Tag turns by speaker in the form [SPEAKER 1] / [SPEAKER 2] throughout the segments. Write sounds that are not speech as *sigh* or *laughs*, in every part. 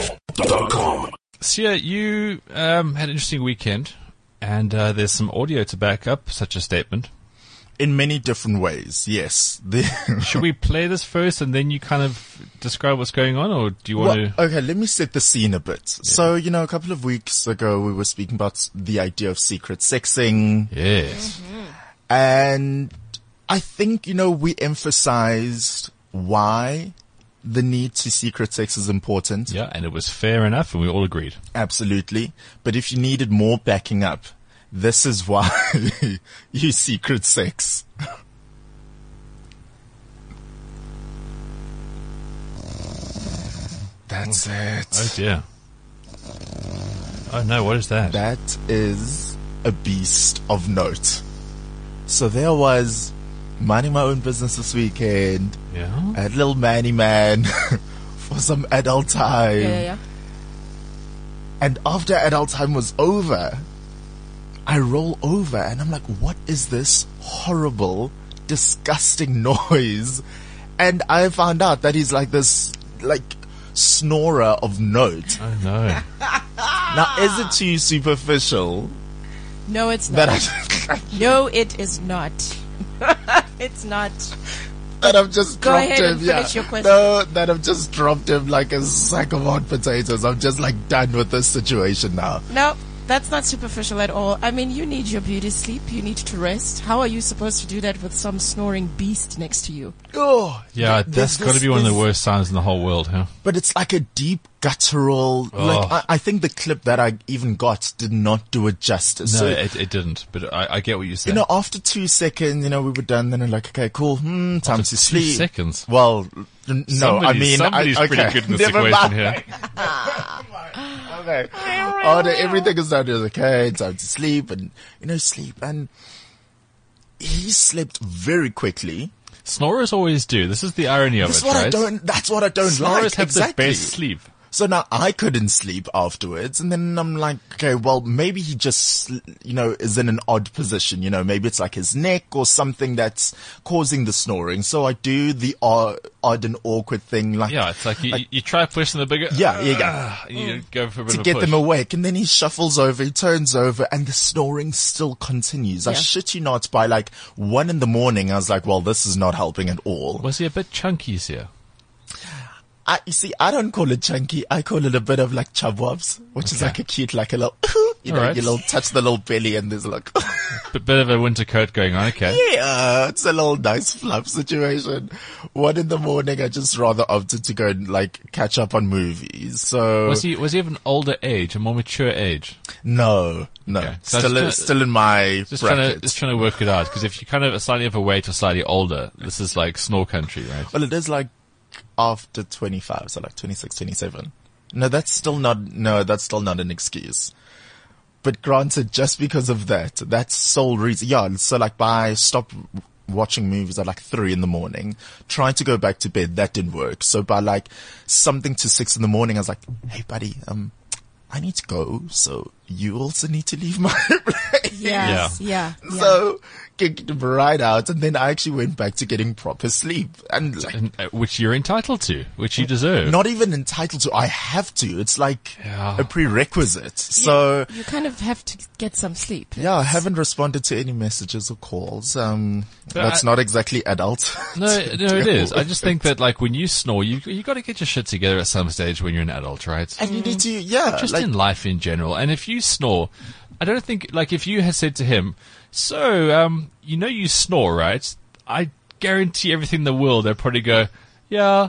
[SPEAKER 1] CliffCentral.com.
[SPEAKER 2] So yeah, you um, had an interesting weekend, and uh, there's some audio to back up such a statement.
[SPEAKER 3] in many different ways. Yes. The-
[SPEAKER 2] Should we play this first, and then you kind of describe what's going on, or do you want
[SPEAKER 3] Well,
[SPEAKER 2] to?
[SPEAKER 3] okay, let me set the scene a bit. So, you know, a couple of weeks ago, we were speaking about the idea of secret sexing,
[SPEAKER 2] Yes.
[SPEAKER 3] Mm-hmm. and I think, you know, we emphasized why the need to secret sex is important.
[SPEAKER 2] Yeah, and it was fair enough, and we all agreed.
[SPEAKER 3] Absolutely. But if you needed more backing up, this is why *laughs* you secret sex. That's
[SPEAKER 2] Oh
[SPEAKER 3] it.
[SPEAKER 2] dear. Oh no, what is that?
[SPEAKER 3] That is a beast of note. So there was minding my own business this weekend.
[SPEAKER 2] yeah.
[SPEAKER 3] I had little manny man *laughs* for some adult time.
[SPEAKER 4] Yeah, yeah, yeah.
[SPEAKER 3] And after adult time was over, I roll over and I'm like, what is this horrible, disgusting *laughs* noise? And I found out that he's like this, like, snorer of note.
[SPEAKER 2] Oh no.
[SPEAKER 3] Now, is it too superficial
[SPEAKER 4] No, it's not.
[SPEAKER 3] that I,
[SPEAKER 4] No, it is not. *laughs* it's not.
[SPEAKER 3] *laughs* that I've just
[SPEAKER 4] Go
[SPEAKER 3] dropped
[SPEAKER 4] ahead
[SPEAKER 3] him?
[SPEAKER 4] and
[SPEAKER 3] yeah.
[SPEAKER 4] finish your question.
[SPEAKER 3] No, that I've just dropped him like a sack of hot potatoes. I'm just like done with this situation now.
[SPEAKER 4] No, that's not superficial at all. I mean, you need your beauty sleep. You need to rest. How are you supposed to do that with some snoring beast next to you?
[SPEAKER 3] Oh,
[SPEAKER 2] Yeah,
[SPEAKER 3] th-
[SPEAKER 2] that's
[SPEAKER 3] this-
[SPEAKER 2] got to be one of the
[SPEAKER 3] this-
[SPEAKER 2] worst sounds in the whole world, huh?
[SPEAKER 3] but it's like a deep guttural. Like
[SPEAKER 2] Ugh.
[SPEAKER 3] I, I think the clip that I even got did not do it justice.
[SPEAKER 2] No,
[SPEAKER 3] so,
[SPEAKER 2] it, it didn't. But I, I get what you said.
[SPEAKER 3] you know, after two seconds, you know, we were done. Then I'm like, okay, cool. Hmm, time
[SPEAKER 2] After
[SPEAKER 3] to
[SPEAKER 2] two
[SPEAKER 3] sleep.
[SPEAKER 2] seconds?
[SPEAKER 3] Well, n- no, I
[SPEAKER 2] Somebody's-
[SPEAKER 3] mean,
[SPEAKER 2] somebody's
[SPEAKER 3] I, okay.
[SPEAKER 2] pretty good in this
[SPEAKER 3] *laughs* Never
[SPEAKER 2] equation
[SPEAKER 3] mind.
[SPEAKER 2] here.
[SPEAKER 3] Okay. After everything is done, it was okay. Time to sleep, and you know, sleep. And he slept very quickly.
[SPEAKER 2] Snorers always do. This is the irony of
[SPEAKER 3] That's
[SPEAKER 2] it,
[SPEAKER 3] what
[SPEAKER 2] right?
[SPEAKER 3] I don't. That's what I don't
[SPEAKER 2] Snorers
[SPEAKER 3] like.
[SPEAKER 2] have
[SPEAKER 3] exactly.
[SPEAKER 2] the best sleep.
[SPEAKER 3] So now I couldn't sleep afterwards, and then I'm like, okay, well, maybe he just, you know, is in an odd position. You know, maybe it's like his neck or something that's causing the snoring. So I do the odd, odd and awkward thing, like,
[SPEAKER 2] Yeah, it's like you, you try pushing the bigger.
[SPEAKER 3] Yeah, yeah, yeah.
[SPEAKER 2] Ah, You go for a bit
[SPEAKER 3] to
[SPEAKER 2] of a
[SPEAKER 3] get
[SPEAKER 2] push.
[SPEAKER 3] them awake. And then he shuffles over, he turns over, and the snoring still continues. I
[SPEAKER 4] Yeah.
[SPEAKER 3] shit you not, by like one in the morning, I was like, well, this is not helping at all.
[SPEAKER 2] Was he a bit chunky here?
[SPEAKER 3] I, you see, I don't call it chunky. I call it a bit of like chubwabs, which is
[SPEAKER 2] Okay.
[SPEAKER 3] like a cute, like a little, *laughs* you know,
[SPEAKER 2] Alright.
[SPEAKER 3] you little touch the little belly and there's like, *laughs*
[SPEAKER 2] A bit of a winter coat going on. Okay.
[SPEAKER 3] yeah, it's a little nice fluff situation. One in the morning, I just rather opted to go and like catch up on movies. So
[SPEAKER 2] Was he was he of an older age, a more mature age?
[SPEAKER 3] no, no,
[SPEAKER 2] Okay. So I was
[SPEAKER 3] still,
[SPEAKER 2] trying-
[SPEAKER 3] still in my
[SPEAKER 2] Just trying to
[SPEAKER 3] bracket.
[SPEAKER 2] just trying to work it out because if you're kind of slightly overweight or slightly older, this is like snore country, right?
[SPEAKER 3] well, it is like after 25, so like 26, 27. No, that's still not, no, that's still not an excuse. But granted, just because of that, that's sole reason. Yeah, so like by stop watching movies at like three in the morning, trying to go back to bed, that didn't work. So by like something to six in the morning, I was like, hey buddy, um, I need to go, so you also need to leave my *laughs* place.
[SPEAKER 4] Yes, yeah. yeah,
[SPEAKER 3] So kicked him right out, and then I actually went back to getting proper sleep, and like
[SPEAKER 2] And, uh, which you're entitled to, which you deserve.
[SPEAKER 3] not even entitled to. I have to. It's like
[SPEAKER 2] Yeah.
[SPEAKER 3] a prerequisite. So
[SPEAKER 4] you kind of have to get some sleep.
[SPEAKER 3] yeah, I haven't responded to any messages or calls. Um,
[SPEAKER 2] But
[SPEAKER 3] that's
[SPEAKER 2] I-
[SPEAKER 3] not exactly adult. *laughs*
[SPEAKER 2] No, no, it is. I just think that like when you snore, you you got to get your shit together at some stage when you're an adult, right?
[SPEAKER 3] and you need to, yeah,
[SPEAKER 2] Mm. Just
[SPEAKER 3] Uh, like,
[SPEAKER 2] in life in general. And if you snore, I don't think like if you had said to him, "So, um, you know you snore, right?" I guarantee everything in the world they'd probably go, "Yeah."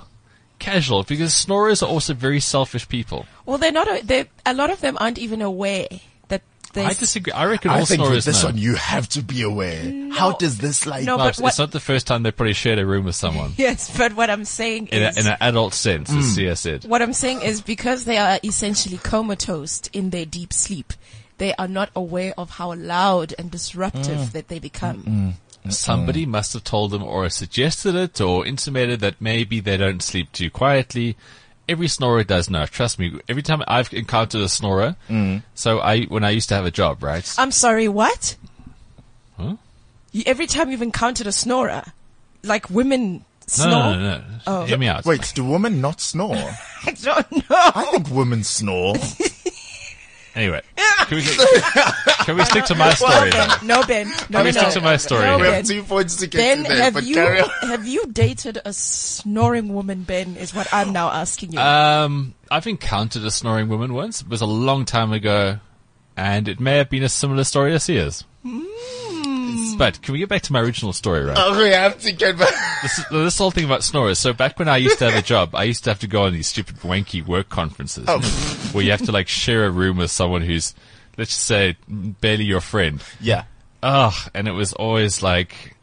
[SPEAKER 2] Casual, because snorers are also very selfish people.
[SPEAKER 4] Well, they're not. A, they a lot of them aren't even aware that they.
[SPEAKER 2] I
[SPEAKER 4] s-
[SPEAKER 2] disagree. I reckon all
[SPEAKER 3] I think with
[SPEAKER 2] snorers
[SPEAKER 3] this
[SPEAKER 2] know.
[SPEAKER 3] one you have to be aware. How does this like?
[SPEAKER 4] No,
[SPEAKER 2] No,
[SPEAKER 4] but
[SPEAKER 2] it's,
[SPEAKER 4] what-
[SPEAKER 2] it's not the first time they probably shared a room with someone
[SPEAKER 4] *laughs* Yes, but what I'm saying
[SPEAKER 2] in, a,
[SPEAKER 4] is,
[SPEAKER 2] in an adult sense, as Sia said.
[SPEAKER 4] what I'm saying is because they are essentially comatose in their deep sleep, they are not aware of how loud and disruptive that they become.
[SPEAKER 2] Somebody must have told them or suggested it or intimated that maybe they don't sleep too quietly. Every snorer does know. Trust me. Every time I've encountered a snorer, so I when I used to have a job, right?
[SPEAKER 4] I'm sorry, what?
[SPEAKER 2] Huh?
[SPEAKER 4] You, every time you've encountered a snorer, like women
[SPEAKER 2] No,
[SPEAKER 4] Snore?
[SPEAKER 2] no, no, no.
[SPEAKER 4] Oh.
[SPEAKER 2] Hear me out.
[SPEAKER 3] Wait, do women not snore?
[SPEAKER 4] *laughs* I don't know.
[SPEAKER 3] I think women *laughs* snore.
[SPEAKER 2] Anyway, can we, can we stick to
[SPEAKER 4] *laughs*
[SPEAKER 2] my story?
[SPEAKER 4] Ben,
[SPEAKER 2] Then?
[SPEAKER 4] no, Ben. No,
[SPEAKER 2] Let me
[SPEAKER 4] no,
[SPEAKER 2] stick
[SPEAKER 4] no.
[SPEAKER 2] to my story
[SPEAKER 4] No,
[SPEAKER 3] We
[SPEAKER 2] here.
[SPEAKER 4] ben.
[SPEAKER 3] have two points to get
[SPEAKER 4] Ben,
[SPEAKER 3] to there,
[SPEAKER 4] have
[SPEAKER 3] but
[SPEAKER 4] you
[SPEAKER 3] *laughs* carry on.
[SPEAKER 4] have you dated a snoring woman? Ben is what I'm now asking you.
[SPEAKER 2] Um, I've encountered a snoring woman once. It was a long time ago, and it may have been a similar story as hers.
[SPEAKER 4] Mm.
[SPEAKER 2] But can we get back to my original story, right?
[SPEAKER 3] Oh, we have to get back.
[SPEAKER 2] this, this whole thing about snorers. So back when I used to have a job, I used to have to go on these stupid wanky work conferences
[SPEAKER 3] Oh.
[SPEAKER 2] where you have to like share a room with someone who's, let's just say, barely your friend.
[SPEAKER 3] Yeah.
[SPEAKER 2] Ugh, and it was always like,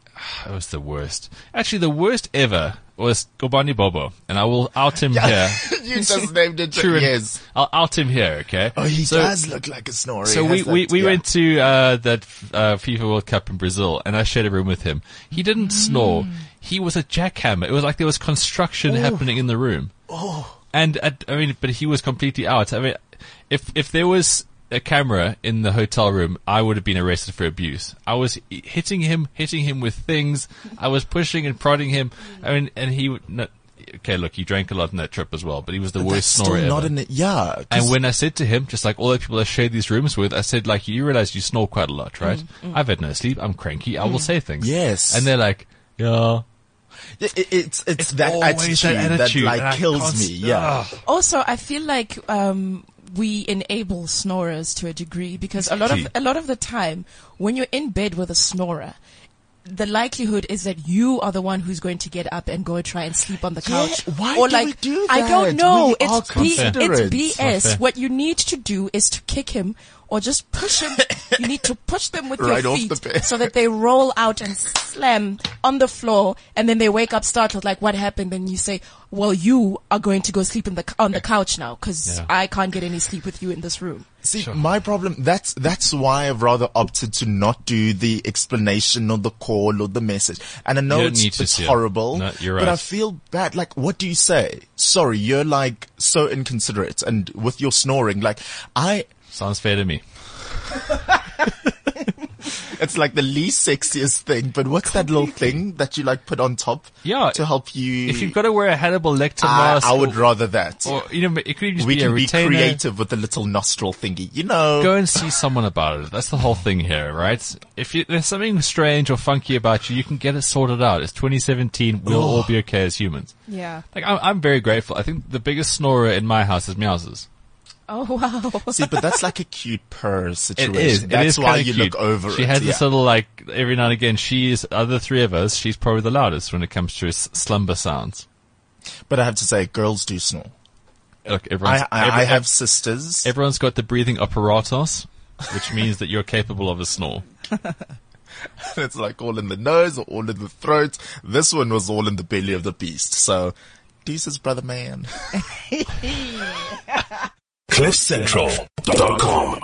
[SPEAKER 2] it was the worst. Actually, the worst ever was Gobani Bobo, and I will out
[SPEAKER 3] *laughs*
[SPEAKER 2] him here.
[SPEAKER 3] *laughs* you just named it.
[SPEAKER 2] True.
[SPEAKER 3] Yes.
[SPEAKER 2] I'll out him here, okay?
[SPEAKER 3] Oh, he
[SPEAKER 2] So-
[SPEAKER 3] does look like a snorer.
[SPEAKER 2] so
[SPEAKER 3] He
[SPEAKER 2] we,
[SPEAKER 3] has
[SPEAKER 2] we,
[SPEAKER 3] that-
[SPEAKER 2] we
[SPEAKER 3] yeah.
[SPEAKER 2] went to uh, that uh, FIFA World Cup in Brazil, and I shared a room with him. He didn't
[SPEAKER 3] Mm.
[SPEAKER 2] snore. He was a jackhammer. It was like there was construction happening in the room. Oh, and at, I mean, but he was completely out. I mean, if if there was a camera in the hotel room, I would have been arrested for abuse. I was hitting him, hitting him with things. I was pushing and prodding him. I mean, and he would- no, okay. Look, he drank a lot in that trip as well, but he was the
[SPEAKER 3] But
[SPEAKER 2] worst
[SPEAKER 3] that's
[SPEAKER 2] snorer
[SPEAKER 3] still
[SPEAKER 2] ever.
[SPEAKER 3] Not an, yeah. 'cause-
[SPEAKER 2] And when I said to him, just like all the people I shared these rooms with, I said, like, you realize you snore quite a lot, right? I've had no sleep. I'm cranky. I will say things.
[SPEAKER 3] Yes.
[SPEAKER 2] And they're like, yeah.
[SPEAKER 3] It- it- it's, it's, that
[SPEAKER 2] always
[SPEAKER 3] attitude
[SPEAKER 2] that
[SPEAKER 3] that,
[SPEAKER 2] attitude, and I
[SPEAKER 3] like kills
[SPEAKER 2] can't- ah,
[SPEAKER 3] me. Yeah.
[SPEAKER 4] also, I feel like um, we enable snorers to a degree because a lot of
[SPEAKER 2] Exactly.
[SPEAKER 4] a lot of the time when you're in bed with a snorer. The likelihood is that you are the one who's going to get up and go try and sleep on the
[SPEAKER 3] Yeah,
[SPEAKER 4] couch.
[SPEAKER 3] why
[SPEAKER 4] or
[SPEAKER 3] do we
[SPEAKER 4] like,
[SPEAKER 3] do
[SPEAKER 4] I don't
[SPEAKER 3] that?
[SPEAKER 4] know.
[SPEAKER 3] We are
[SPEAKER 4] it's, B-
[SPEAKER 3] considerate.
[SPEAKER 4] it's BS.
[SPEAKER 2] fair.
[SPEAKER 4] What you need to do is to kick him or just push him. you need to push them
[SPEAKER 3] *laughs*
[SPEAKER 4] with
[SPEAKER 3] Right
[SPEAKER 4] your
[SPEAKER 3] off
[SPEAKER 4] feet
[SPEAKER 3] the bed.
[SPEAKER 4] so that they roll out and slam on the floor, and then they wake up startled, like what happened? And you say, "Well, you are going to go sleep in the on the couch now because
[SPEAKER 2] Yeah.
[SPEAKER 4] I can't get any sleep with you in this room."
[SPEAKER 3] See, my problem, that's, that's why I've rather opted to not do the explanation or the call or the message. And I know
[SPEAKER 2] don't
[SPEAKER 3] it's,
[SPEAKER 2] need to,
[SPEAKER 3] it's
[SPEAKER 2] Sia.
[SPEAKER 3] horrible,
[SPEAKER 2] No, you're
[SPEAKER 3] but I
[SPEAKER 2] right.
[SPEAKER 3] feel bad. Like, what do you say? Sorry, you're like so inconsiderate and with your snoring, like I,
[SPEAKER 2] Sounds fair to me.
[SPEAKER 3] it's like the least sexiest thing, but what's that little thing that you like put on top?
[SPEAKER 2] Yeah.
[SPEAKER 3] To help you.
[SPEAKER 2] If you've got to wear a Hannibal Lecter
[SPEAKER 3] I,
[SPEAKER 2] mask,
[SPEAKER 3] I would
[SPEAKER 2] or,
[SPEAKER 3] rather that.
[SPEAKER 2] or, you know, it could even just
[SPEAKER 3] we
[SPEAKER 2] be a
[SPEAKER 3] can be
[SPEAKER 2] retainer.
[SPEAKER 3] creative with the little nostril thingy, you know.
[SPEAKER 2] Go and see someone about it. That's the whole thing here, right? If you, there's something strange or funky about you, you can get it sorted out. It's 2017. We'll all be okay as humans.
[SPEAKER 4] Yeah.
[SPEAKER 2] Like, I'm, I'm very grateful. I think the biggest snorer in my house is Meows's.
[SPEAKER 4] Oh *laughs* wow.
[SPEAKER 3] See, but that's like a cute purr situation.
[SPEAKER 2] It is.
[SPEAKER 3] That's
[SPEAKER 2] it is
[SPEAKER 3] why
[SPEAKER 2] kinda
[SPEAKER 3] you
[SPEAKER 2] cute.
[SPEAKER 3] look over
[SPEAKER 2] she
[SPEAKER 3] it.
[SPEAKER 2] has
[SPEAKER 3] yeah.
[SPEAKER 2] this little like every now and again. She is other three of us. She's probably the loudest when it comes to s- slumber sounds.
[SPEAKER 3] But I have to say, girls do snore.
[SPEAKER 2] Look, everyone's,
[SPEAKER 3] I, I,
[SPEAKER 2] every-
[SPEAKER 3] I have sisters.
[SPEAKER 2] everyone's got the breathing apparatus, which means that you're capable of a snore.
[SPEAKER 3] *laughs* it's like all in the nose or all in the throat. This one was all in the belly of the beast. So, deuces, brother man.
[SPEAKER 1] CliffCentral.com.